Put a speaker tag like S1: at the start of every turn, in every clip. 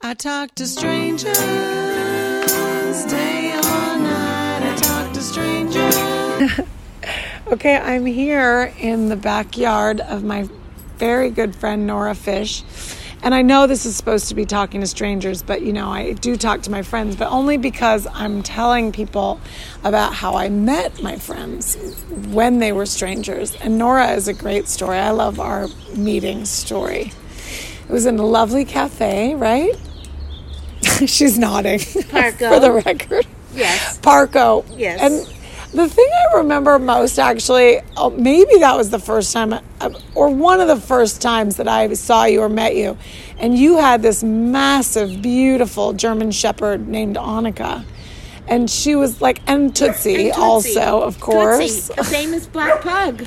S1: I talk to strangers day or night. I talk to strangers. okay, I'm here in the backyard of my very good friend Nora Fish. And I know this is supposed to be talking to strangers, but you know, I do talk to my friends, but only because I'm telling people about how I met my friends when they were strangers. And Nora is a great story. I love our meeting story. It was in a lovely cafe, right? She's nodding for
S2: Parco.
S1: the record.
S2: Yes.
S1: Parco.
S2: Yes.
S1: And the thing I remember most, actually, oh, maybe that was the first time, uh, or one of the first times that I saw you or met you, and you had this massive, beautiful German Shepherd named Annika, and she was like, and Tootsie,
S2: And Tootsie.
S1: also, of course,
S2: Tootsie, a famous black pug.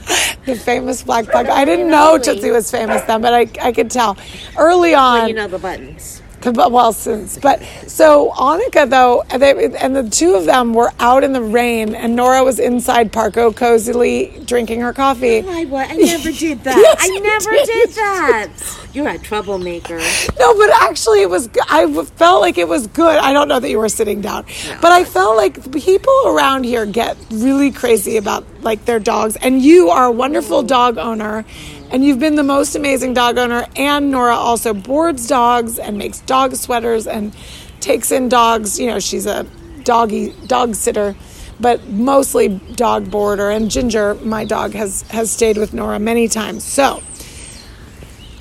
S1: the famous black pug. I didn't know
S2: Lovely.
S1: Tootsie was famous then, but I, I could tell early on.
S2: you know the buttons.
S1: But well, since but so Annika though, and, they, and the two of them were out in the rain, and Nora was inside Parco cozily drinking her coffee.
S2: I what? I never did that.
S1: Yes,
S2: I
S1: you
S2: never
S1: did.
S2: did. that. You're a troublemaker.
S1: No, but actually, it was. go- I w- felt like it was good. I don't know that you were sitting down, but I felt like people around here get really crazy about like their dogs, and you are a wonderful dog owner. And you've been the most amazing dog owner. And Nora also boards dogs and makes dog sweaters and takes in dogs. You know, she's a doggy dog sitter, but mostly dog boarder. And Ginger, my dog, has has stayed with Nora many times. So,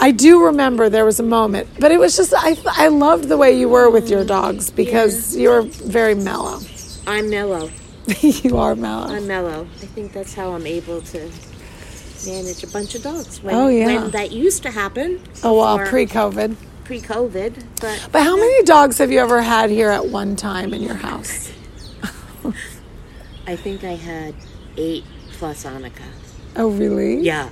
S1: I do remember there was a moment, but it was just I I loved the way you were with your dogs because you were very mellow.
S2: I'm mellow.
S1: you are mellow.
S2: I'm mellow. I think that's how I'm able to manage a bunch of dogs. When,
S1: Oh, yeah.
S2: When that used to happen.
S1: Oh well,
S2: before-
S1: pre-COVID.
S2: pre-COVID, but
S1: But how many dogs have you ever had here at one time in your house?
S2: I think I had eight plus Annika.
S1: Oh really?
S2: Yeah,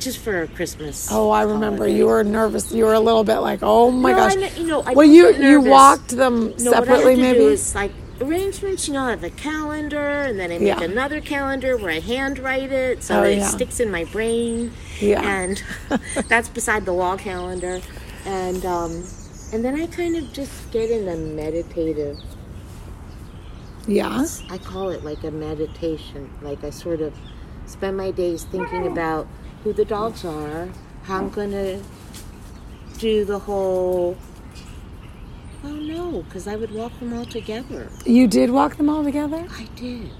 S2: just for Christmas.
S1: Oh, I remember
S2: holiday.
S1: you were nervous. You were a little bit like, oh my
S2: No,
S1: gosh.
S2: I kn- you know, I
S1: well,
S2: don't
S1: you
S2: get
S1: you
S2: nervous.
S1: walked them
S2: No,
S1: separately,
S2: what I have to
S1: maybe.
S2: do is like arrangements. You know, I have a calendar, and then I make
S1: Yeah.
S2: another calendar where I handwrite it, so
S1: Oh,
S2: it
S1: yeah.
S2: sticks in my brain.
S1: Yeah.
S2: and that's beside the wall calendar, and um, and then I kind of just get in a meditative.
S1: yeah.
S2: I call it like a meditation. Like I sort of spend my days thinking about who the dogs are, how I'm gonna do the whole. Oh no, because I would walk them all together.
S1: You did walk them all together.
S2: I did.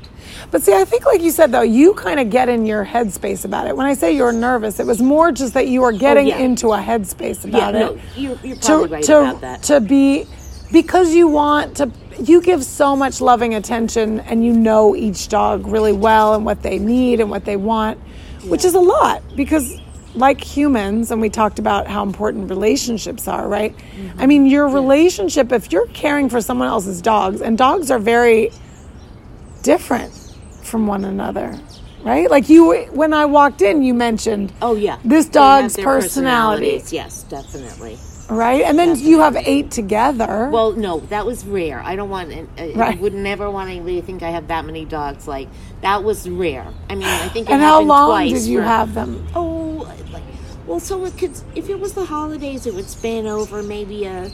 S1: But see, I think, like you said, though, you kind of get in your headspace about it. When I say you're nervous, it was more just that you were getting
S2: Oh, yeah.
S1: into a headspace
S2: Yeah,
S1: about
S2: no,
S1: it.
S2: you, you're
S1: to
S2: probably right
S1: to
S2: about that.
S1: to be because you want to you give so much loving attention and you know each dog really well and what they need and what they want which is a lot because like humans and we talked about how important relationships are right
S2: Mm-hmm.
S1: i mean your relationship if you're caring for someone else's dogs and dogs are very different from one another right like you when i walked in you mentioned
S2: oh yeah,
S1: this
S2: They have
S1: dog's
S2: their
S1: personality
S2: personalities, Yes, definitely.
S1: Right? And then you have eight together.
S2: Well, no, that was rare. I don't want. I, I
S1: Right.
S2: would never want anybody to think I have that many dogs. Like that was rare. I mean, I think. It
S1: and how
S2: happened
S1: long
S2: twice
S1: did you
S2: for-
S1: have them?
S2: Oh, like, well, so it could. If it was the holidays, it would span over maybe a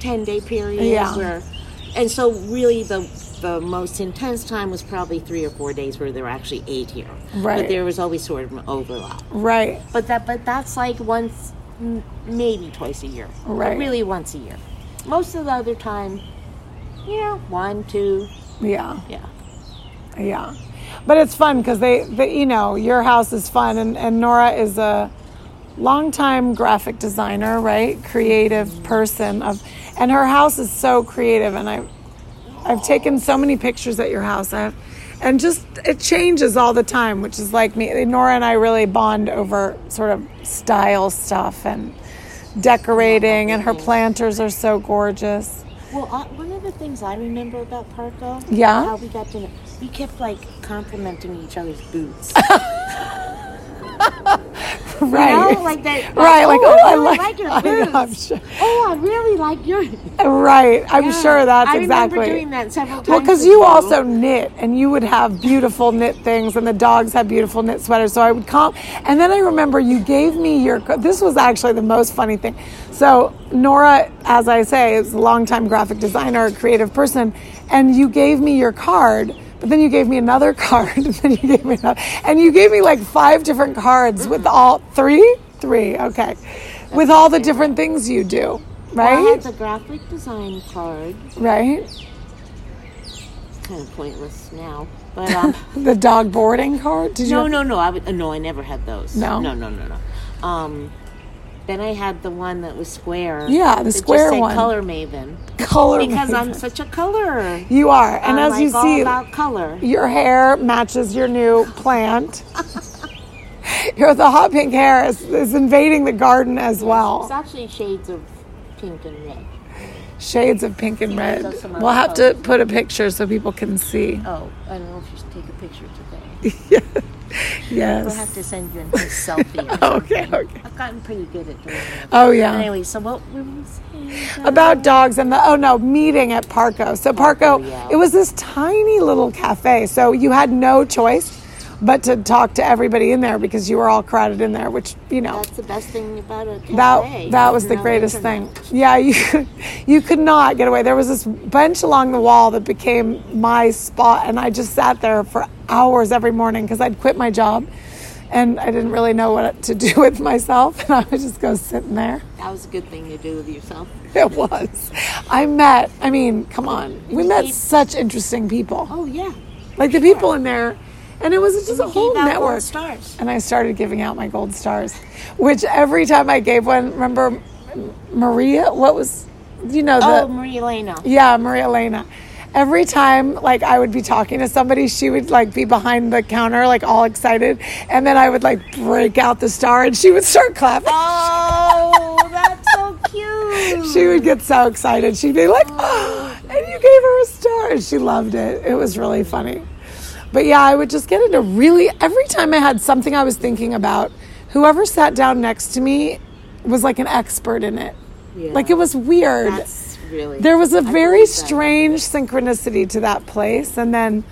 S2: ten day period.
S1: Yeah.
S2: Where, and so really the the most intense time was probably three or four days where there were actually eight here.
S1: Right.
S2: But there was always sort of an overlap.
S1: Right.
S2: But that but that's like once, m- maybe twice a year. But
S1: Right.
S2: really once a year. Most of the other time, yeah, one, two,
S1: Yeah.
S2: yeah.
S1: Yeah. But it's fun because they, they, you know, your house is fun. And, and Nora is a longtime graphic designer, right? Creative person. of, And her house is so creative. And I, I've taken so many pictures at your house. I have, and just it changes all the time, which is like me. Nora and I really bond over sort of style stuff and decorating. And her planters are so gorgeous.
S2: Well, uh, one of the things I remember about Parco,
S1: Yeah?
S2: how we got to, we kept like complimenting each other's boots. You
S1: Right.
S2: know, Oh, like that.
S1: Right, like, oh, I
S2: really
S1: like-
S2: your
S1: I know,
S2: boots.
S1: I'm sure.
S2: Oh, I really like your. uh,
S1: Right. I'm sure that's
S2: I
S1: exactly.
S2: remember doing that several times.
S1: Well, because
S2: with
S1: you also knit, and you would have beautiful knit things, and the dogs had beautiful knit sweaters. So I would come, and then I remember you gave me your. co- This was actually the most funny thing. So Nora, as I say, is a longtime graphic designer, creative person, and you gave me your card. But then you gave me another card, and then you gave me another, and you gave me like five different cards
S2: Mm-hmm.
S1: with all three, three, okay, with all the different things you do,
S2: I had
S1: right,
S2: the graphic design card.
S1: right.
S2: It's kind of pointless now, but um.
S1: The dog boarding card? Did
S2: No,
S1: you?
S2: no, no. I would, uh, no, I never had those.
S1: No?
S2: no, no, no, no. Um, then I had the one that was square.
S1: Yeah, the
S2: that just
S1: square
S2: said
S1: one.
S2: Color Maven.
S1: color
S2: Because I'm
S1: maker.
S2: such a color.
S1: You are, and
S2: I'm
S1: as you
S2: like all
S1: see,
S2: about color.
S1: your hair matches your new plant. your the hot pink hair is, is invading the garden as
S2: It's
S1: well.
S2: actually shades of pink and red.
S1: Shades of pink and red.
S2: that's some
S1: We'll
S2: other
S1: have to put a picture so people can see.
S2: Oh, I don't know if you should take a picture today. We'll have
S1: Yes.
S2: to send you a nice selfie. Or
S1: Okay,
S2: something.
S1: okay.
S2: I've gotten pretty good at doing that.
S1: Oh yeah.
S2: Anyway, so what were we saying?
S1: About dogs and the oh no meeting at Parco. So Parco,
S2: yeah.
S1: it was this tiny little cafe. So you had no choice but to talk to everybody in there because you were all crowded in there, which you know
S2: That's the best thing about a cafe.
S1: That that was the
S2: No
S1: greatest
S2: internet.
S1: thing. Yeah, you you could not get away. There was this bench along the wall that became my spot, and I just sat there for hours every morning because I'd quit my job, and I didn't really know what to do with myself, and I would just go sitting there.
S2: That was a good thing to do with yourself.
S1: It was. I met. I mean, come on, we met
S2: Keep-
S1: such interesting people.
S2: Oh yeah.
S1: Like the people in there, and it was just a
S2: We
S1: whole
S2: gave out gold
S1: network.
S2: Stars.
S1: and I started giving out my gold stars, which every time I gave one, remember M- Maria? What was, you know, the.
S2: oh, Maria Elena.
S1: Yeah, Maria Elena. Every time, like, I would be talking to somebody, she would, like, be behind the counter, like, all excited. And then I would, like, break out the star and she would start clapping.
S2: Oh, that's so cute.
S1: She would get so excited. She'd be like, oh, and you gave her a star. And she loved it. It was really funny. But yeah, I would just get into really, every time I had something I was thinking about, whoever sat down next to me was like an expert in it.
S2: Yeah.
S1: Like it was weird.
S2: That's really.
S1: there was a
S2: I
S1: very
S2: believe that.
S1: strange synchronicity to that place. And then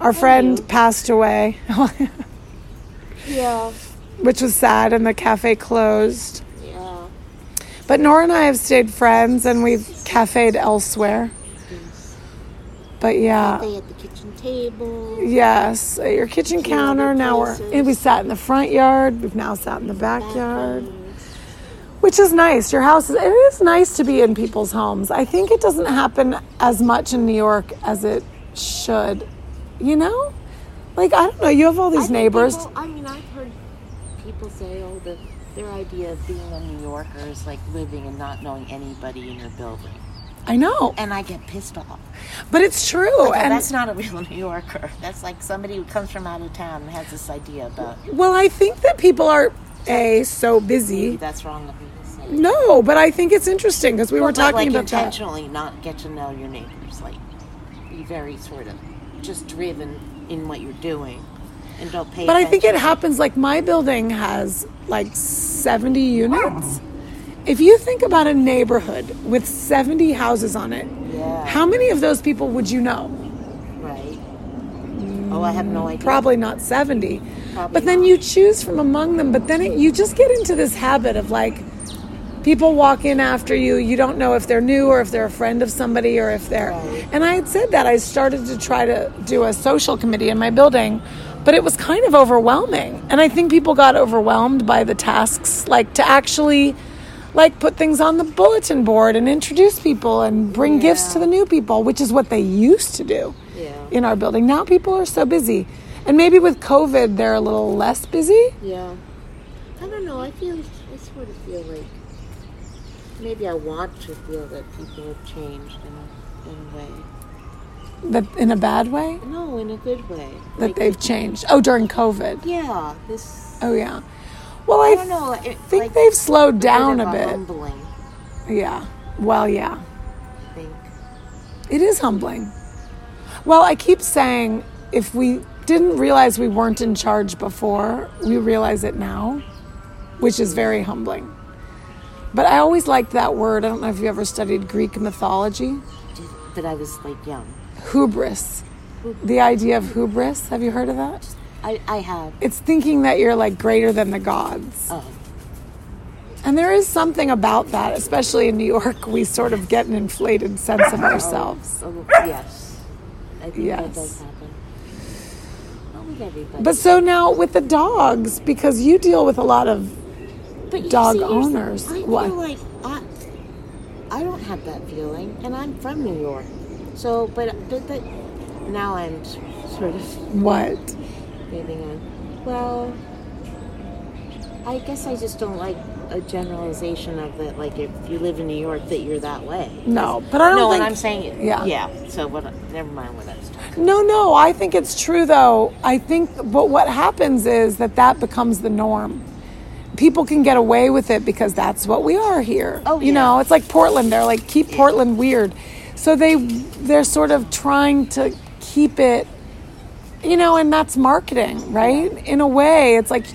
S1: our friend passed away,
S2: Yeah.
S1: which was sad, and the cafe closed.
S2: Yeah.
S1: But Nora and I have stayed friends and we've cafeed elsewhere. But yeah.
S2: They at the kitchen table.
S1: Yes, at your kitchen counter. Now we're
S2: places.
S1: and we sat in the front yard. We've now sat in the backyard, which is nice. Your house is it is nice to be in people's homes. I think it doesn't happen as much in New York as it should. You know, like I don't know. You have all
S2: I
S1: these
S2: think
S1: neighbors.
S2: people- I mean, I've heard people say, "Oh, the, their idea of being a New Yorker is like living and not knowing anybody in your building,"
S1: I know,
S2: and I get pissed off.
S1: but it's true.
S2: Like, oh,
S1: Oh, and
S2: that's not a real New Yorker. That's like somebody who comes from out of town and has this idea about.
S1: well, I think that people are a so busy.
S2: That's wrong of me to say.
S1: No, but I think it's interesting because we were
S2: But, like,
S1: talking about that.
S2: intentionally not get to know your neighbors, like be very sort of just driven in what you're doing, and don't pay.
S1: But I think it
S2: attention.
S1: happens like my building has like 70 units. If you think about a neighborhood with 70 houses on it,
S2: Yeah.
S1: how many of those people would you know?
S2: right. Oh, I have no idea.
S1: Probably not 70.
S2: Probably
S1: but then
S2: not.
S1: you choose from among them, but then it, you just get into this habit of like people walk in after you, you don't know if they're new or if they're a friend of somebody or if they're.
S2: Right.
S1: And I had said that I started to try to do a social committee in my building, but it was kind of overwhelming. And I think people got overwhelmed by the tasks, like to actually like put things on the bulletin board and introduce people and bring gifts to the new people, which is what they used to do
S2: Yeah.
S1: in our building. Now people are so busy. And maybe with COVID they're a little less busy.
S2: Yeah. I don't know. I feel. I sort of feel like maybe I want to feel that people have changed in a, in a way.
S1: That in a bad way?
S2: No, in a good way.
S1: That they've changed. Oh, during COVID.
S2: Yeah. This.
S1: Oh yeah. Well,
S2: I
S1: I,
S2: don't know. It,
S1: think
S2: like,
S1: they've slowed
S2: bit of
S1: down a bit.
S2: Humbling.
S1: Yeah. Well, yeah.
S2: I think.
S1: It is humbling. Well, I keep saying if we didn't realize we weren't in charge before, we realize it now. which is very humbling. But I always liked that word. I don't know if you ever studied Greek mythology.
S2: But I was like young.
S1: Hubris. The idea of hubris. Have you heard of that?
S2: I, I have.
S1: It's thinking that you're like greater than the gods.
S2: Oh,
S1: And there is something about that, especially in New York, we sort of get an inflated sense of ourselves.
S2: oh yes. I think that
S1: Yes.
S2: does happen. Not with everybody.
S1: But so now with the dogs, because you deal with a lot of
S2: But you
S1: dog
S2: see, here's the-
S1: owners.
S2: I
S1: What?
S2: feel like I, I don't have that feeling, and I'm from New York. So, but, but the, now I'm s- sort of
S1: what?
S2: moving on. Well, I guess I just don't like a generalization of that. Like, if you live in New York, that you're that way.
S1: No, but I don't
S2: no,
S1: think.
S2: and I'm saying it.
S1: Yeah.
S2: yeah. So what? Never mind what I was talking.
S1: No, no, I think it's true though. I think, but what happens is that that becomes the norm. People can get away with it because that's what we are here.
S2: Oh,
S1: you
S2: yeah.
S1: know, it's like Portland. They're like keep Portland weird, so they they're sort of trying to keep it, you know, and that's marketing, right? In a way, it's like,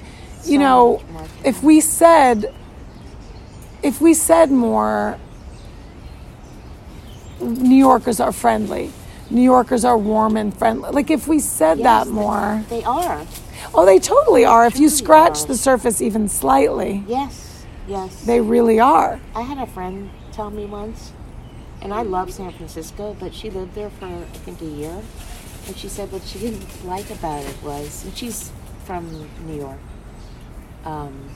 S1: you
S2: So
S1: know,
S2: much marketing.
S1: if we said, if we said more, New Yorkers are friendly. New Yorkers are warm and friendly. Like if we said that more.
S2: They are.
S1: Oh, they totally are. If you
S2: Totally
S1: scratch
S2: are.
S1: the surface even slightly,
S2: Yes. Yes.
S1: they really are.
S2: I had a friend tell me once, and I love San Francisco, but she lived there for I think a year, and she said what she didn't like about it was, and she's from New York. Um,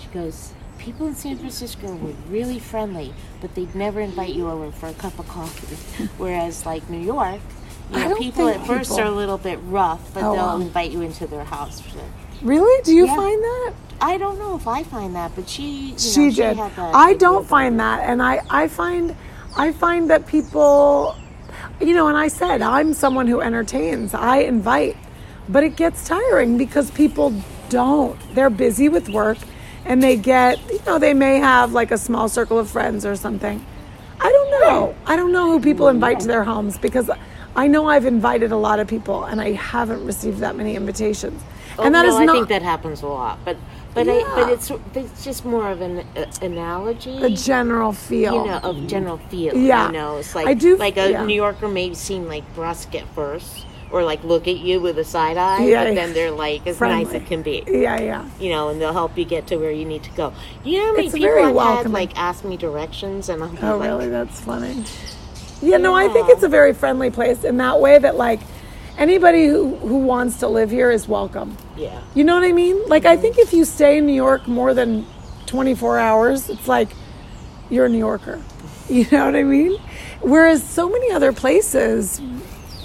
S2: she goes, people in San Francisco were really friendly, but they'd never invite you over for a cup of coffee, whereas like New York. You
S1: I
S2: know,
S1: don't
S2: people at
S1: think
S2: first
S1: people-
S2: are a little bit rough, but
S1: Oh,
S2: they'll
S1: wow.
S2: invite you into their house. So
S1: Really? Do you
S2: Yeah.
S1: find that?
S2: I don't know if I find that, but she you know,
S1: she did.
S2: had that
S1: I
S2: idea
S1: don't
S2: about
S1: find that, and I, I find, I find that people, you know, and I said I'm someone who entertains. I invite, but it gets tiring because people don't. They're busy with work, and they get, you know, they may have like a small circle of friends or something. I don't know. I don't know who people invite to their homes because I know I've invited a lot of people, and I haven't received that many invitations. and that
S2: Oh, no,
S1: is
S2: I
S1: not
S2: think that happens a lot, but but I,
S1: Yeah.
S2: but it's it's just more of an uh, analogy,
S1: the general feel.
S2: you know, of general feel.
S1: Yeah.
S2: you know, it's like
S1: I do-
S2: like a
S1: yeah.
S2: New Yorker may seem like brusque at first, or like look at you with a side eye,
S1: Yeah,
S2: but
S1: yeah.
S2: then they're like as nice
S1: Friendly.
S2: as can be.
S1: Yeah, yeah.
S2: You know, and they'll help you get to where you need to go. You know how many
S1: It's
S2: people
S1: very
S2: I've had
S1: welcoming.
S2: like ask me directions, and I'm
S1: Oh,
S2: like,
S1: really? That's funny. Yeah, no, I think it's a very friendly place in that way that, like, anybody who, who wants to live here is welcome.
S2: yeah,
S1: You know what I mean? Like, I think if you stay in New York more than 24 hours, it's like you're a New Yorker. You know what I mean? Whereas so many other places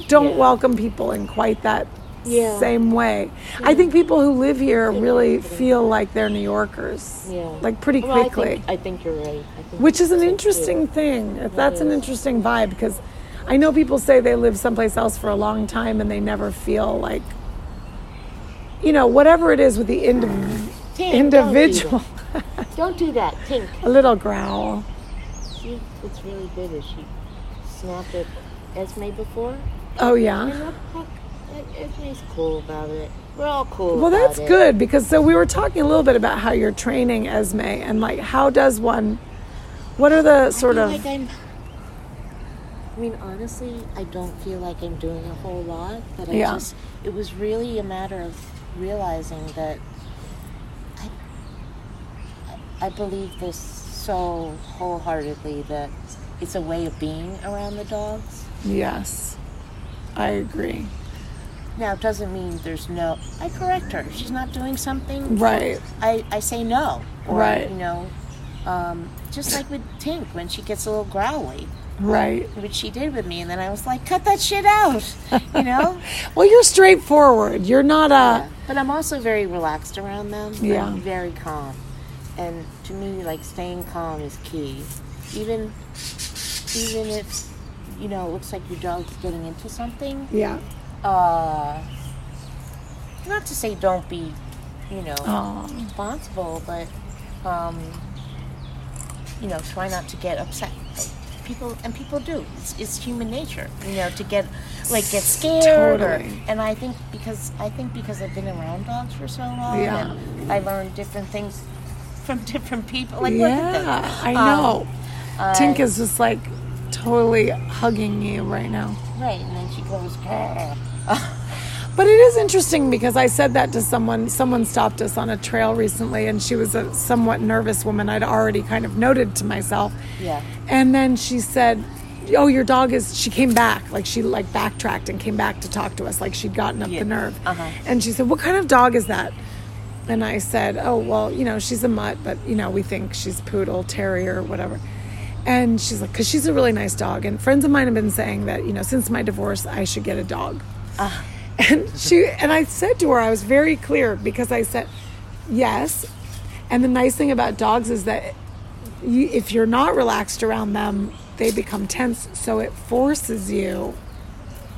S1: don't
S2: Yeah.
S1: welcome people in quite that
S2: Yeah.
S1: same way. I think people who live here really feel like they're New Yorkers.
S2: yeah,
S1: Like, pretty
S2: Well,
S1: quickly
S2: I think, I think you're right. I think
S1: which is an
S2: so, too.
S1: interesting thing. If That's an interesting vibe because I know people say they live someplace else for a long time and they never feel like, you know, whatever it is with the indiv-
S2: Tink, don't do that.
S1: individual.
S2: Don't do that, Tink.
S1: a little growl.
S2: She, what's really good is she snapped at Esme before,
S1: Oh
S2: and
S1: yeah.
S2: that, that Esme's cool about it. We're all cool.
S1: Well,
S2: about
S1: that's
S2: it.
S1: good because so we were talking a little bit about how you're training Esme and like how does one, what are the
S2: I
S1: sort
S2: feel
S1: of
S2: Like I'm, I mean, honestly, I don't feel like I'm doing a whole lot, but I
S1: Yeah.
S2: just it was really a matter of realizing that I, I I believe this so wholeheartedly that it's a way of being around the dogs.
S1: yes, I agree.
S2: Now, it doesn't mean there's no. I correct her. If She's not doing something.
S1: Right.
S2: I, I say no. Or,
S1: Right.
S2: You know, um, just like with Tink when she gets a little growly,
S1: Right.
S2: which she did with me, and then I was like, cut that shit out. You know?
S1: Well, you're straightforward. You're not a
S2: But I'm also very relaxed around them.
S1: Yeah.
S2: I'm very calm. And to me, like staying calm is key. Even, even if you know it looks like your dog's getting into something,
S1: yeah.
S2: uh, not to say don't be, you know,
S1: Aw.
S2: responsible, but, um, you know, try not to get upset. people and people do. It's, it's human nature, you know, to get like get scared. or-
S1: Totally.
S2: and I think because I think because I've been around dogs for so long,
S1: Yeah.
S2: and I learned different things from different people. Like look at Um,
S1: yeah,
S2: that.
S1: I know. Tinka's just like totally hugging you right now.
S2: Right, and then she goes. "Grr."
S1: But it is interesting because I said that to someone. Someone stopped us on a trail recently, and she was a somewhat nervous woman. I'd already kind of noted to myself.
S2: Yeah.
S1: And then she said, "Oh, your dog is." She came back, like she like backtracked and came back to talk to us, like she'd gotten up
S2: Yeah.
S1: the nerve.
S2: Uh-huh.
S1: And she said, "What kind of dog is that?" And I said, "Oh, well, you know, she's a mutt, but you know, we think she's poodle, terrier, whatever." And she's like, "Cause she's a really nice dog." And friends of mine have been saying that, you know, since my divorce, I should get a dog. And she and I said to her, I was very clear because I said, "Yes." And the nice thing about dogs is that you, if you're not relaxed around them, they become tense, so it forces you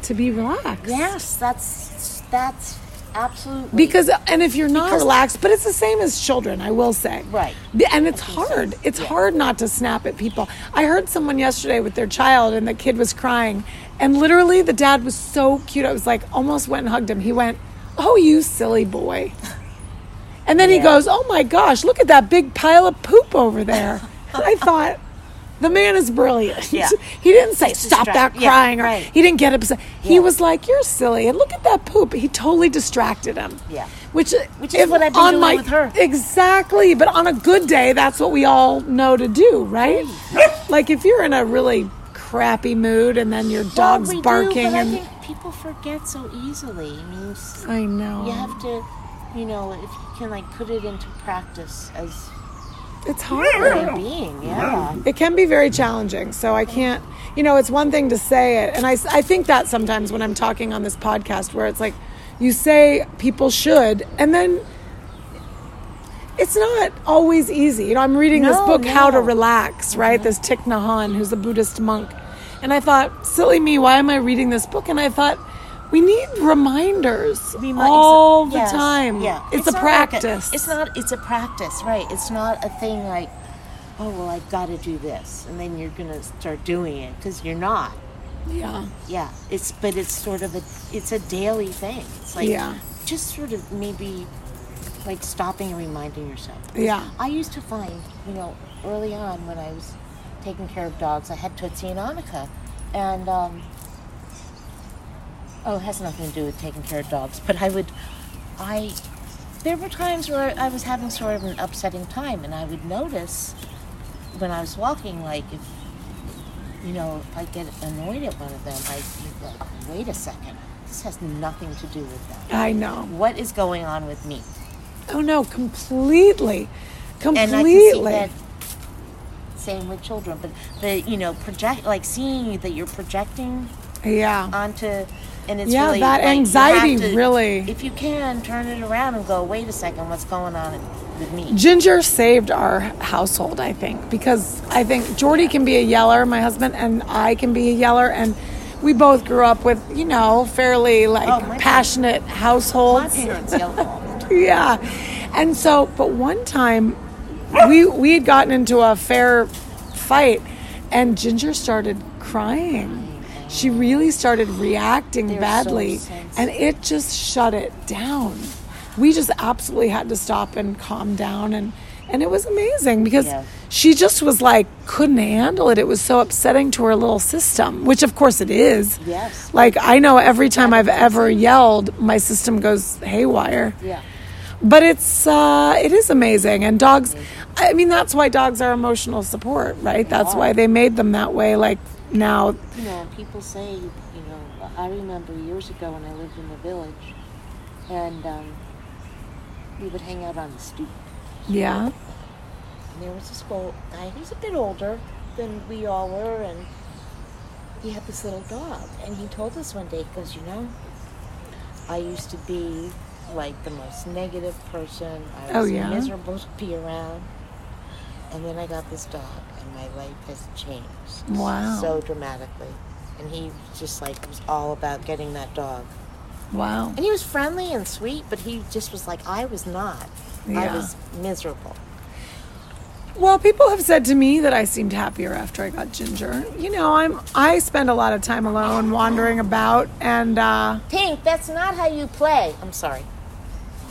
S1: to be relaxed.
S2: Yes, that's that's absolutely
S1: Because and if you're not relaxed, but it's the same as children, I will say.
S2: Right.
S1: The- And it's hard. It's hard not to snap at people. I heard someone yesterday with their child and the kid was crying and literally the dad was so cute. I was like almost went and hugged him. He went, "Oh, you silly boy." And then he
S2: Yeah.
S1: goes, "Oh my gosh, look at that big pile of poop over there." I thought the man is brilliant.
S2: Yeah.
S1: he didn't say stop that
S2: distract- yeah,
S1: crying or
S2: right.
S1: he didn't get upset. He
S2: Yeah.
S1: was like, "You're silly," and look at that poop. He totally distracted him.
S2: Yeah.
S1: which uh,
S2: Which is what I've been doing with her.
S1: Exactly, but on a good day, that's what we all know to do, right? like if you're in a really crappy mood and then your
S2: Well,
S1: dog's
S2: we do,
S1: barking
S2: but
S1: and
S2: I think people forget so easily. I mean, s-
S1: I know
S2: you have to, you know, if you can like put it into practice as
S1: it's
S2: a
S1: hard.
S2: being, yeah.
S1: it can be very challenging. So I can't, you know, it's one thing to say it. And I, s- I think that sometimes when I'm talking on this podcast, where it's like, you say people should, and then it's not always easy. You know, I'm reading this
S2: No,
S1: book, How to
S2: no.
S1: Relax, right? This Thich Nhat Hanh, who's a Buddhist monk. And I thought, silly me, why am I reading this book? And I thought, we need reminders
S2: Remi-
S1: all the
S2: yes,
S1: time.
S2: Yeah,
S1: It's, a
S2: not like
S1: practice.
S2: it's not. It's a practice, right? It's not a thing like, oh well, I've got to do this, and then you're gonna start doing it because you're not.
S1: yeah.
S2: Yeah, it's but it's sort of a it's a daily thing. It's like
S1: Yeah.
S2: just sort of maybe like stopping and reminding yourself.
S1: Yeah.
S2: I used to find, you know, early on when I was taking care of dogs, I had Tootsie and Annika, and um, oh, it has nothing to do with taking care of dogs, but I would, I, there were times where I was having sort of an upsetting time, and I would notice when I was walking, like if you know, if I get annoyed at one of them, I'd be like, wait a second, this has nothing to do with them.
S1: I know.
S2: What is going on with me?
S1: Oh no, completely.
S2: And
S1: Completely.
S2: I can see that same with children, but the you know project like seeing that you're projecting
S1: yeah.
S2: onto, and it's
S1: Yeah,
S2: really
S1: that
S2: like, you have
S1: anxiety
S2: to-
S1: really-
S2: If you can turn it around and go, wait a second, what's going on with me?
S1: Ginger saved our household, I think, because I think Jordy can be a yeller, my husband, and I can be a yeller, and we both grew up with, you know, fairly like
S2: Oh, my
S1: passionate
S2: My
S1: households.
S2: parents yell all the time.
S1: yeah. And so, but one time we we had gotten into a fair fight and Ginger started crying. She really started reacting
S2: They're so
S1: badly
S2: sensitive.
S1: and it just shut it down. We just absolutely had to stop and calm down and and it was amazing because
S2: Yeah.
S1: she just was like couldn't handle it. It was so upsetting to her little system, which of course it is.
S2: Yes.
S1: Like I know every time I've ever yelled, my system goes haywire
S2: Yeah.
S1: but it's uh, it is amazing and dogs i mean that's why dogs are emotional support right that's why they made them that way like now
S2: you know, people say, you know, I remember years ago when I lived in the village, and um, we would hang out on the stoop.
S1: yeah
S2: And there was this old guy who's a bit older than we all were, and he had this little dog. And he told us one day, he goes, you know, I used to be like the most negative person. I
S1: Oh,
S2: was
S1: yeah?
S2: miserable to be around. And then I got this dog, and my life has changed
S1: Wow.
S2: so dramatically. And he just like was all about getting that dog.
S1: wow
S2: And he was friendly and sweet, but he just was like, I was not. I
S1: Yeah.
S2: was miserable.
S1: Well, people have said to me that I seemed happier after I got ginger. You know, I'm I spend a lot of time alone, wandering about, and uh,
S2: Pink, that's not how you play. I'm sorry.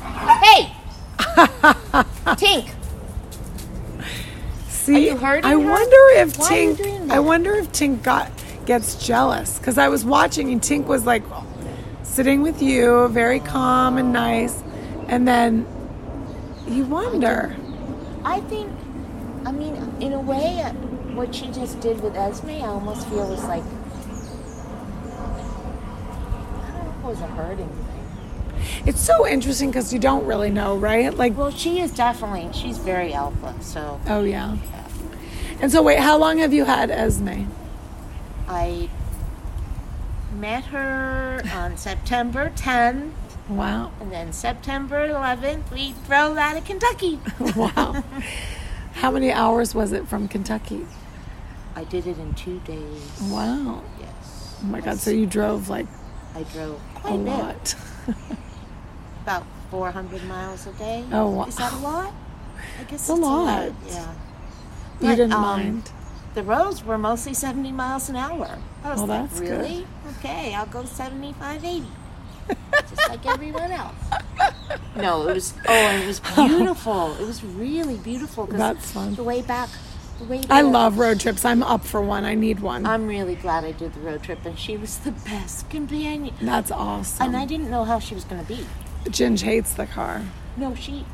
S2: Hey! Tink!
S1: see.
S2: Are you hurting
S1: I
S2: her?
S1: wonder if
S2: Why are you
S1: Tink.
S2: doing
S1: I
S2: that?
S1: wonder if Tink got gets jealous because I was watching and Tink was like sitting with you, very calm and nice, and then you wonder.
S2: I think, I mean, in a way, uh, what she just did with Esme, I almost feel was like, I don't know if it was a hurting thing.
S1: It's so interesting because you don't really know, right? Like,
S2: Well, she is definitely, she's very alpha, so
S1: oh yeah. And so, wait, how long have you had Esme?
S2: I met her on September 10th,
S1: Wow.
S2: and then September 11th, we drove out of Kentucky.
S1: Wow. How many hours was it from Kentucky?
S2: I did it in two days.
S1: Wow.
S2: Yes.
S1: Oh my God. So you drove like
S2: I drove quite
S1: a
S2: a bit,
S1: lot.
S2: about 400 miles a day.
S1: Oh, wow.
S2: Is that a lot? I guess it's
S1: a
S2: a lot.
S1: lot.
S2: Yeah.
S1: You didn't
S2: um,
S1: mind.
S2: The roads were mostly 70 miles an hour. I was
S1: Well,
S2: like,
S1: that's good.
S2: really? Okay, I'll go 75, 80. Just like everyone else. No, it was, oh, and it was beautiful. It was really beautiful. 'cause
S1: That's fun.
S2: The way back, the way back.
S1: I love road trips. I'm up for one. I need one.
S2: I'm really glad I did the road trip, and she was the best companion.
S1: That's awesome.
S2: And I didn't know how she was going to be.
S1: Ginge hates the car.
S2: No, she.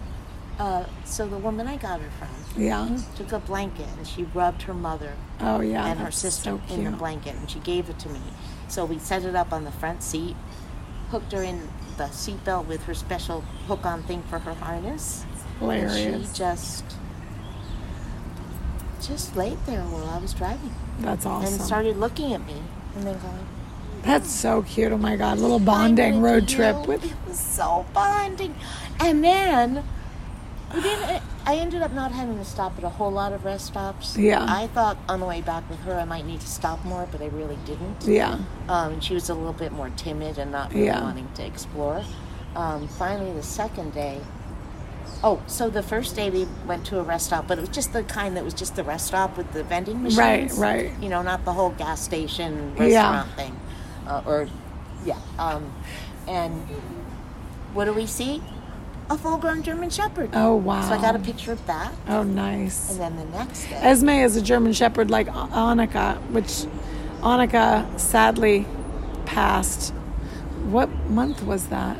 S2: Uh, so the woman I got her from
S1: Yeah.
S2: took a blanket and she rubbed her mother
S1: Oh yeah.
S2: and her
S1: that's
S2: sister
S1: So
S2: in the
S1: cute.
S2: blanket, and she gave it to me. So we set it up on the front seat, hooked her in the seatbelt with her special hook-on thing for her harness, and she
S1: Hilarious.
S2: just just laid there while I was driving
S1: That's awesome.
S2: and started looking at me and then going.
S1: That's so cute. Oh my God. Little
S2: I'm
S1: bonding
S2: with
S1: road trip
S2: you.
S1: with.
S2: It was so bonding, and then we didn't. I ended up not having to stop at a whole lot of rest stops.
S1: Yeah.
S2: I thought on the way back with her I might need to stop more, but I really didn't.
S1: Yeah.
S2: Um, she was a little bit more timid and not really
S1: Yeah.
S2: wanting to explore. Um, finally, the second day. Oh, so the first day we went to a rest stop, but it was just the kind that was just the rest stop with the vending
S1: Right,
S2: machines.
S1: right.
S2: You know, not the whole gas station
S1: Yeah.
S2: restaurant thing, uh, or yeah. Um, and what do we see? A full-grown German Shepherd.
S1: Oh wow.
S2: So I got a picture of that,
S1: Oh nice.
S2: and then the next day.
S1: Esme is a German Shepherd like A- Annika, which Annika sadly passed. What month was that?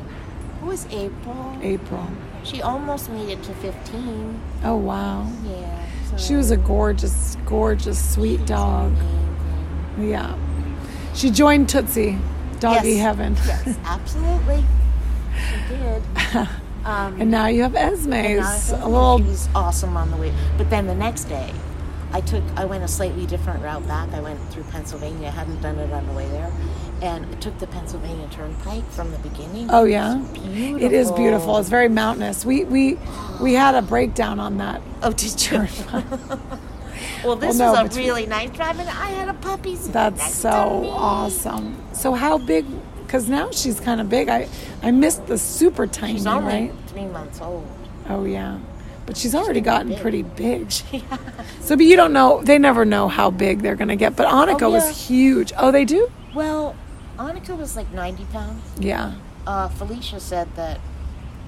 S2: it was April.
S1: April.
S2: She almost made it to 15.
S1: Oh, wow.
S2: Yeah. So.
S1: She was a gorgeous, gorgeous, sweet dog. Yeah. She joined Tootsie, Doggy
S2: Yes.
S1: Heaven.
S2: Yes, absolutely. She did. Um,
S1: And now you have Esme.
S2: and I
S1: It's
S2: think
S1: a little.
S2: She was awesome on the way. But then the next day, I took. I went a slightly different route back. I went through Pennsylvania. I hadn't done it on the way there, and I took the Pennsylvania Turnpike from the beginning.
S1: Oh yeah,
S2: beautiful.
S1: it is beautiful. It's very mountainous. We we we had a breakdown on that.
S2: Oh, did you? well, this
S1: Well, no,
S2: was
S1: but
S2: a
S1: you-
S2: really nice drive, and I had a puppy. sitting
S1: That's
S2: next
S1: so
S2: to me.
S1: awesome. So how big? Because now she's kind of big. I I missed the super tiny,
S2: She's only
S1: right?
S2: three months old.
S1: Oh yeah, but she's already gotten
S2: big.
S1: pretty big. So, but you don't know. They never know how big they're gonna get. But Annika
S2: Oh, yeah.
S1: was huge. Oh, they do.
S2: Well, Annika was like 90 pounds.
S1: Yeah.
S2: Uh, Felicia said that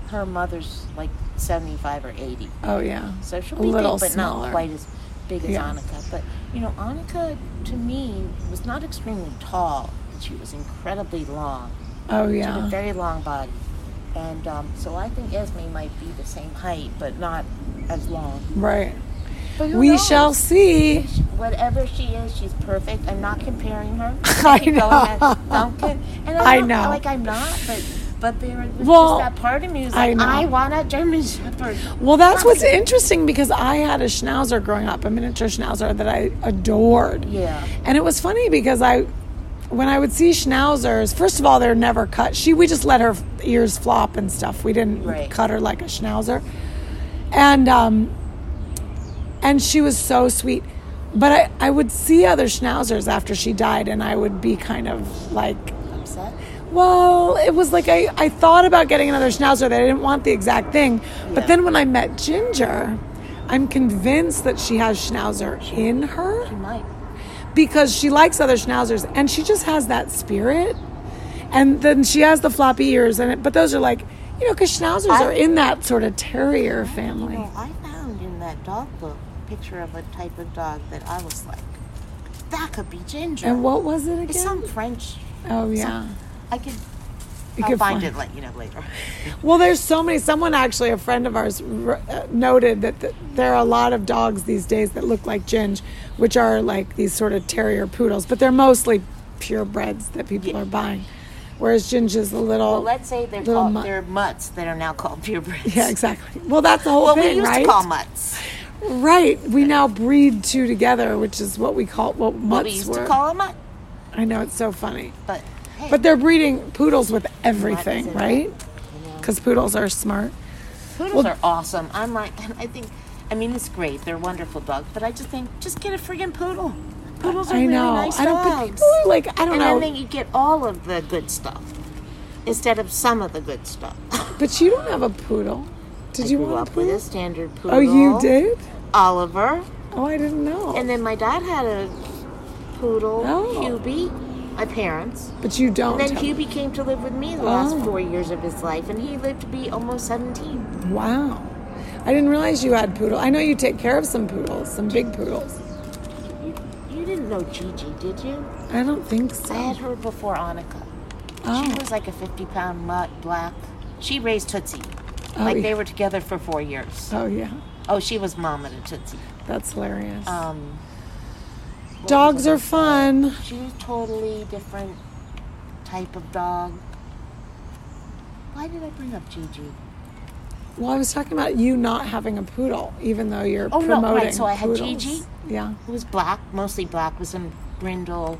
S2: her mother's like 75 or 80.
S1: Oh yeah.
S2: So she'll
S1: A
S2: be big,
S1: little
S2: but
S1: smaller.
S2: not quite as big as
S1: Yeah.
S2: Annika. But, you know, Annika to me was not extremely tall, but she was incredibly long.
S1: Oh
S2: She had a
S1: yeah.
S2: very long body. And um, so I think Esme might be the same height, but not as long.
S1: Right.
S2: But who
S1: We
S2: knows?
S1: shall see.
S2: She- Whatever she is, she's perfect. I'm not comparing her.
S1: I
S2: Keep
S1: know.
S2: going at Duncan. And
S1: I
S2: I, don't,
S1: know.
S2: Like I'm not, but but there was
S1: Well,
S2: just that part of me was
S1: I
S2: like,
S1: know.
S2: I, want a German Shepherd.
S1: Well, that's what's interesting because I had a schnauzer growing up, a miniature schnauzer that I adored.
S2: Yeah.
S1: And it was funny because I, when I would see schnauzers, first of all, they're never cut. She, we just let her ears flop and stuff. We didn't
S2: Right.
S1: cut her like a schnauzer. And, um, and she was so sweet. But I, I would see other schnauzers after she died and I would be kind of like,
S2: Upset.
S1: well, it was like I, I thought about getting another schnauzer that I didn't want the exact thing.
S2: Yeah.
S1: But then when I met Ginger, I'm convinced that she has schnauzer in her
S2: She might.
S1: because she likes other schnauzers and she just has that spirit. And then she has the floppy ears and it, but those are like, you know, because schnauzers
S2: I-
S1: are in that sort of terrier family.
S2: No, I found in that dog book a picture of a type of dog that I was like, that could be Ginger.
S1: And what was it
S2: It's
S1: again?
S2: some French.
S1: Oh yeah.
S2: I could.
S1: You
S2: I'll
S1: could
S2: find
S1: find-
S2: it. Let you know later.
S1: Well, there's so many. Someone actually, a friend of ours, r- uh, noted that th- there are a lot of dogs these days that look like Ginge, which are like these sort of terrier poodles, but they're mostly purebreds that people
S2: Yeah.
S1: are buying. Whereas Ginge is a little.
S2: Well, let's say they're
S1: Little
S2: called
S1: mutt.
S2: they're mutts that are now called purebreds.
S1: yeah, exactly. Well, that's the whole
S2: Well,
S1: thing,
S2: we used
S1: right?
S2: to call mutts.
S1: right. We now breed two together, which is what we call what mutts
S2: What we used
S1: were.
S2: to call a mutt,
S1: I know it's so funny,
S2: but hey,
S1: but they're breeding poodles with everything,
S2: and-
S1: right? Because poodles are smart.
S2: poodles are awesome. I'm like, I think, I mean, it's great. They're wonderful dogs, but I just think, just get a friggin' poodle. Poodles are
S1: I know.
S2: really nice
S1: I don't. But
S2: dogs.
S1: people are like I don't
S2: and
S1: know.
S2: then they, you get all of the good stuff instead of some of the good stuff.
S1: But you don't have a poodle. Did
S2: I
S1: you
S2: grew
S1: want a
S2: up with
S1: poodle?
S2: a standard poodle.
S1: Oh, you did?
S2: Oliver,
S1: Oh, I didn't know.
S2: and then my dad had a poodle,
S1: Oh.
S2: Hubie, my parents.
S1: but you don't.
S2: Then
S1: have-
S2: Hubie came to live with me the last
S1: Oh.
S2: four years of his life, and he lived to be almost 17.
S1: wow. I didn't realize you had poodle. I know you take care of some poodles, some big poodles.
S2: You, you didn't know Gigi, did you?
S1: I don't think so.
S2: I had her before Annika. She
S1: Oh.
S2: was like a 50 pound mutt, black. She raised Tootsie.
S1: Oh,
S2: like
S1: yeah.
S2: they were together for four years.
S1: Oh yeah,
S2: Oh, she was mom at a Tootsie.
S1: that's hilarious.
S2: Um,
S1: Dogs are fun.
S2: she was totally different type of dog. Why did I bring up Gigi?
S1: Well, I was talking about you not having a poodle, even though you're
S2: Oh, no, right,
S1: promoting.
S2: so I had
S1: poodles.
S2: Gigi.
S1: Yeah.
S2: who was black, mostly black, with some brindle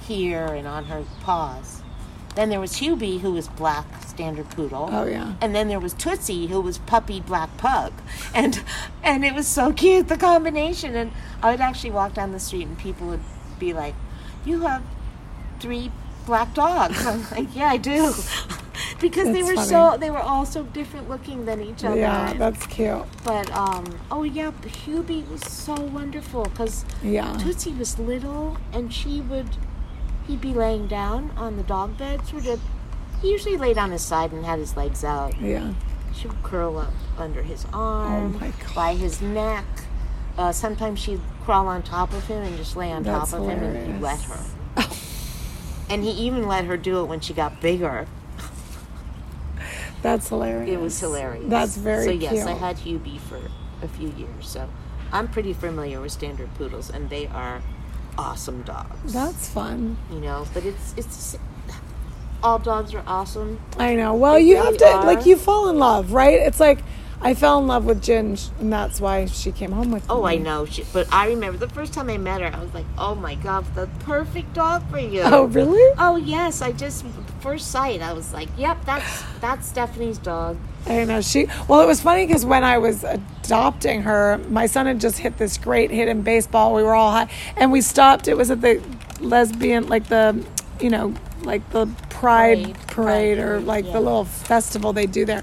S2: here and on her paws. Then there was Hubie, who was black, standard poodle.
S1: Oh, yeah.
S2: And then there was Tootsie, who was puppy black pug, and and it was so cute the combination. And I would actually walk down the street, and people would be like, "You have three black dogs." I'm like, "Yeah, I do," because they
S1: That's
S2: were
S1: funny.
S2: so they were all so different looking than each other.
S1: Yeah, that's cute.
S2: But um, oh yeah, Hubie was so wonderful because
S1: Yeah.
S2: Tootsie was little, and she would he'd be laying down on the dog bed, sort of. He usually laid on his side and had his legs out.
S1: Yeah. Oh
S2: She would curl up under his arm,
S1: my God.
S2: by his neck. Uh, sometimes she'd crawl on top of him and just lay on
S1: That's
S2: top of him, and he'd let
S1: hilarious.
S2: her. and he even let her do it when she got bigger.
S1: That's hilarious.
S2: It was hilarious.
S1: That's very
S2: So yes,
S1: cute.
S2: I had Hubie for a few years, so I'm pretty familiar with standard poodles, and they are awesome dogs.
S1: That's fun.
S2: you know, but it's it's all dogs are awesome.
S1: I know. Well,
S2: They
S1: you
S2: really
S1: have to
S2: are.
S1: like you fall in love, right? It's like I fell in love with Ginge, and that's why she came home with
S2: Oh,
S1: me.
S2: I know, she, but I remember the first time I met her, I was like, oh my god, the perfect dog for you.
S1: Oh, really?
S2: Oh yes, I just first sight I was like, yep, that's that's Stephanie's dog.
S1: I know she. Well, it was funny because when I was adopting her, my son had just hit this great hit in baseball. We were all high, and we stopped. It was at the lesbian, like the, you know, like the pride
S2: Parade.
S1: parade,
S2: Pride
S1: or
S2: parade,
S1: like
S2: yeah.
S1: the little festival they do there.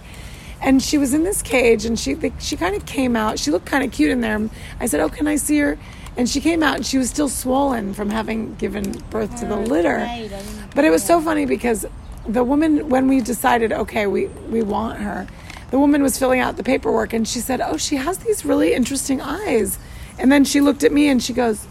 S1: And she was in this cage, and she they, she kind of came out. She looked kind of cute in there. And I said, "Oh, can I see her?" And she came out, and she was still swollen from having given birth to the litter.
S2: right. I didn't
S1: But it was so funny because the woman, when we decided, okay, we, we want her, the woman was filling out the paperwork and she said, oh, she has these really interesting eyes. And then she looked at me and she goes,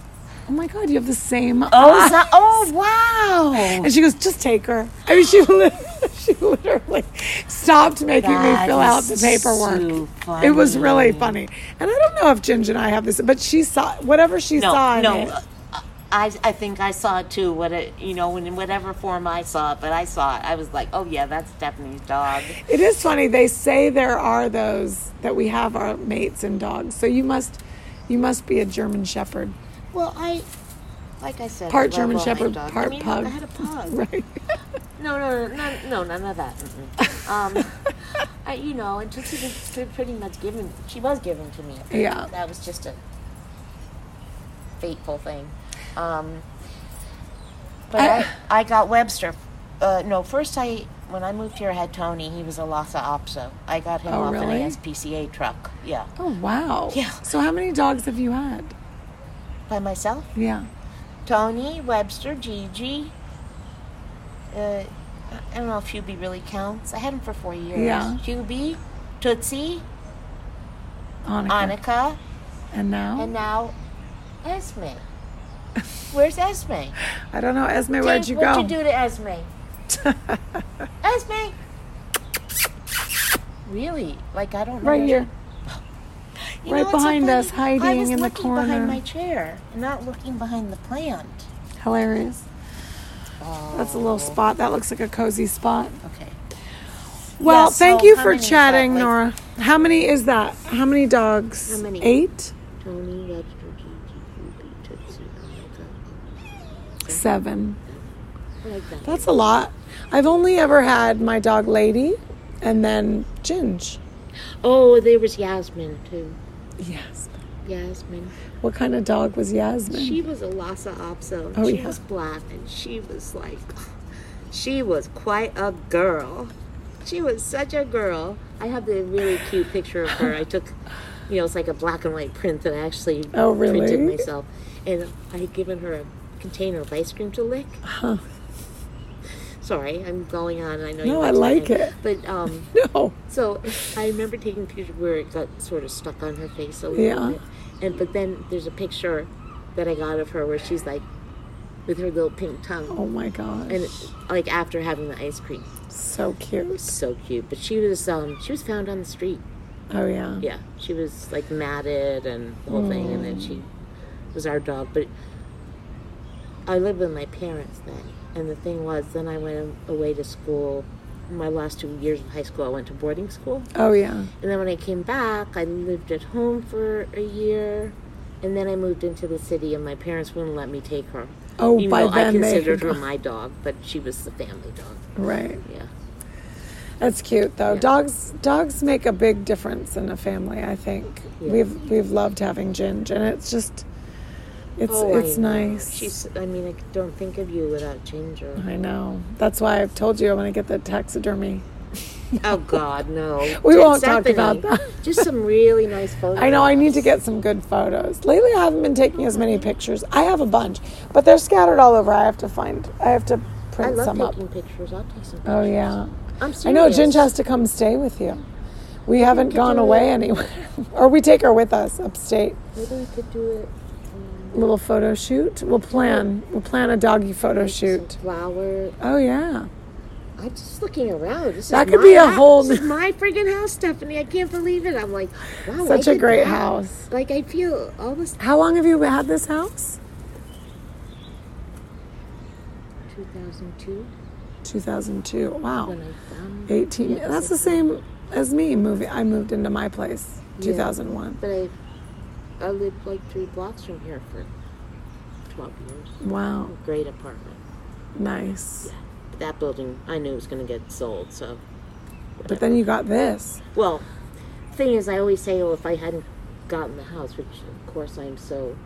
S1: oh my God, you have the same
S2: Oh,
S1: eye."
S2: so, oh wow.
S1: And she goes, just take her. I mean, she literally, she literally stopped making
S2: That
S1: me fill out the
S2: is
S1: paperwork.
S2: so
S1: It was really
S2: funny.
S1: funny. And I don't know if Ginger and I have this, but she saw whatever she saw.
S2: No,
S1: in
S2: no.
S1: it.
S2: I, I think I saw it too. What it, you know, in whatever form I saw it, but I saw it. I was like, oh yeah, that's Stephanie's dog.
S1: It is funny. They say there are those that we have our mates and dogs. So you must, you must be a German Shepherd,
S2: Well, I, like I said, I
S1: Part
S2: love
S1: German
S2: all my
S1: Shepherd,
S2: dogs. I
S1: part
S2: mean,
S1: pug.
S2: I had a pug.
S1: right?
S2: No, no, no, no, no, none of that. Mm-mm. Um, I, you know, and Tootsie was pre- pretty much given. She was given to me.
S1: Yeah.
S2: that was just a fateful thing. Um, but I,
S1: I-
S2: I, got Webster. Uh, no, first I
S3: when I moved here, I had Tony. He was a Lhasa Apso. I got him
S1: Oh,
S3: off
S1: really?
S3: an ASPCA truck. Yeah,
S1: Oh wow.
S3: Yeah.
S1: So how many dogs have you had?
S3: by myself.
S1: Yeah.
S3: Tony, Webster, Gigi. Uh, I don't know if Hubie really counts. I had him for four years.
S1: Yeah.
S3: Hubie, Tootsie,
S1: Annika.
S3: Annika,
S1: And now?
S3: and now Esme. Where's Esme?
S1: I don't know, Esme, where'd
S3: Dave,
S1: you
S3: what'd
S1: go?
S3: you do to Esme? Esme! Really? Like, I don't know.
S1: Right
S3: where-
S1: here.
S3: You
S1: Right
S3: know, it's so
S1: behind us,
S3: funny. I
S1: hiding
S3: was
S1: in the
S3: looking
S1: corner.
S3: behind my chair, and not looking behind the plant.
S1: Hilarious. That's a little spot. That looks like a cozy spot.
S3: Okay.
S1: Well,
S3: so
S1: thank you
S3: how
S1: for
S3: many is that?
S1: chatting,
S3: Like-
S1: Nora. How many is that? How many dogs?
S2: How many?
S1: Eight?
S2: Tony, Webster, Gigi, Ruby, Tootsie, Monica.
S1: Seven.
S2: I like that.
S1: That's a lot. I've only ever had my dog Lady and then Ginge.
S2: Oh, there was Yasmin too.
S1: Yes.
S2: Yasmin.
S1: What kind of dog was Yasmin?
S2: She was a Lhasa Apso.
S1: Oh,
S2: she
S1: yeah.
S2: was black and she was like, she was quite a girl. She was such a girl. I have the really cute picture of her. I took, you know, it's like a black and white print that I actually
S1: Oh, really?
S2: printed myself. And I had given her a container of ice cream to lick. Sorry, I'm going on. I know you
S1: No, I
S2: want to
S1: like
S2: end. But, um,.
S1: no.
S2: So I remember taking a picture where it got sort of stuck on her face a little
S1: Yeah.
S2: bit. And but then there's a picture that I got of her where she's like with her little pink tongue.
S1: Oh my gosh.
S2: And like after having the ice cream.
S1: so cute.
S2: So cute. But she was um she was found on the street.
S1: Oh yeah.
S2: Yeah. She was like matted and the whole thing and then she
S1: Oh.
S2: was our dog. But I lived with my parents then. And the thing was then I went away to school my last two years of high school I went to boarding school.
S1: Oh yeah.
S2: And then when I came back, I lived at home for a year. And then I moved into the city, and my parents wouldn't let me take her.
S1: Oh,
S2: Even
S1: by
S2: though I
S1: then they-
S2: considered her my dog, but she was the family dog.
S1: Right.
S2: Yeah.
S1: That's cute though. Dogs dogs make a big difference in a family, I think.
S2: Yeah.
S1: We've we've loved having Ginge and it's just it's
S2: Oh, I
S1: it's
S2: know.
S1: nice.
S2: She's. I mean, I don't think of you without Ginger.
S1: I know. That's why I've told you I want to get the taxidermy.
S2: oh God, no.
S1: We
S2: Dude,
S1: won't talk
S2: Stephanie,
S1: about that.
S2: Just some really nice photos.
S1: I know I need to get some good photos. Lately I haven't been taking as many pictures. I have a bunch, but they're scattered all over. I have to find I have to
S2: I
S1: print
S2: love
S1: some up.
S2: taking pictures. I'll take some. Pictures.
S1: Oh yeah.
S2: I'm
S1: I know
S2: serious.
S1: Ginge has to come stay with you. We haven't
S2: could
S1: gone
S2: do
S1: away
S2: it.
S1: anywhere. or we take her with us upstate.
S2: Maybe we could do it. Um,
S1: little photo shoot. We'll plan. We'll plan a doggy photo shoot.
S2: some flower.
S1: Oh yeah.
S2: I'm just looking around. This
S1: That
S2: is
S1: could
S2: my
S1: be a
S2: house.
S1: whole
S2: This is
S1: new-
S2: my friggin' house, Stephanie. I can't believe it. I'm like, wow, Oh, I
S1: Such a
S2: did
S1: great
S2: that.
S1: house.
S2: Like I feel almost
S1: How long have you had this house?
S2: 2002
S1: 2002. Wow.
S2: when I found.
S1: 18.
S2: Yeah,
S1: That's the same as me moving. I moved into my place 2001.
S2: But I, I lived like three blocks from here for 12 years.
S1: Wow.
S2: Great apartment.
S1: Nice.
S2: That building, I knew it was gonna get sold. So,
S1: But then you got this.
S2: well, thing is, I always say, oh, if I hadn't gotten the house, which of course I'm so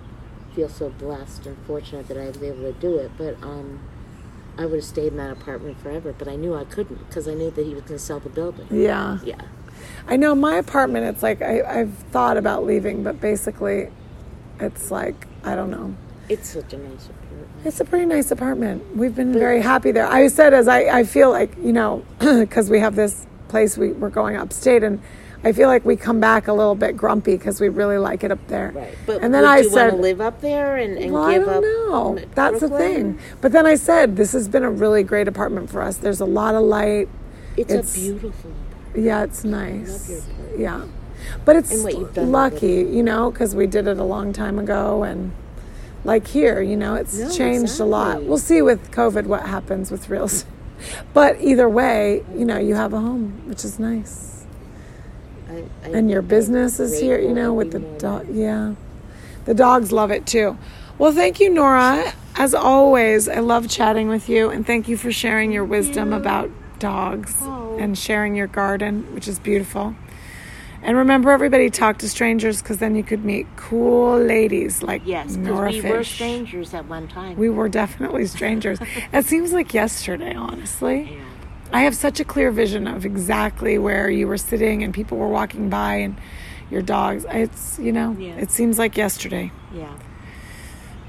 S2: feel so blessed and fortunate that I was able to do it, but um. I would have stayed in that apartment forever, but I knew I couldn't because I knew that he was going to sell the building.
S1: Yeah.
S2: Yeah.
S1: I know my apartment, it's like I, I've thought about leaving, but basically it's like, I don't know.
S2: It's such a nice apartment.
S1: It's a pretty nice apartment. We've been very happy there. I said, as I, I feel like, you know, because we have this place, we, we're going upstate, and I feel like we come back a little bit grumpy because we really like it up there.
S2: Right. But
S1: and then
S2: would
S1: I
S2: you
S1: said,
S2: want to live up there and, and
S1: well, I
S2: give
S1: don't
S2: up?
S1: know.
S2: M-
S1: That's the
S2: Brooklyn?
S1: thing. But then I said, this has been a really great apartment for us. There's a lot of light.
S2: It's,
S1: It's-
S2: a beautiful apartment.
S1: Yeah, it's nice.
S2: your apartment.
S1: yeah. But it's
S2: And what you've done with
S1: lucky, you know, because we did it a long time ago. And like here, you know, it's
S2: No,
S1: changed a lot.
S2: exactly.
S1: We'll see with COVID what happens with real estate. But either way, you know, you have a home, which is nice.
S2: I, I,
S1: And your
S2: I'm
S1: business is here, you
S2: grateful
S1: know, with
S2: every
S1: the
S2: morning.
S1: dog. Yeah. The dogs love it too. Well, thank you, Nora. As always, I love chatting with you and thank you for sharing your wisdom about dogs
S2: Oh.
S1: and sharing your garden, which is beautiful. And remember, everybody talk to strangers because then you could meet cool ladies like
S2: Yes,
S1: Nora
S2: because we
S1: Fish.
S2: were strangers at one time.
S1: We were definitely strangers. it seems like yesterday, honestly.
S2: Yeah.
S1: I have such a clear vision of exactly where you were sitting and people were walking by and your dogs. It's, you know,
S4: Yeah.
S1: it seems like yesterday.
S4: Yeah.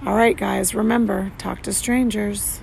S1: All right, guys, remember talk to strangers.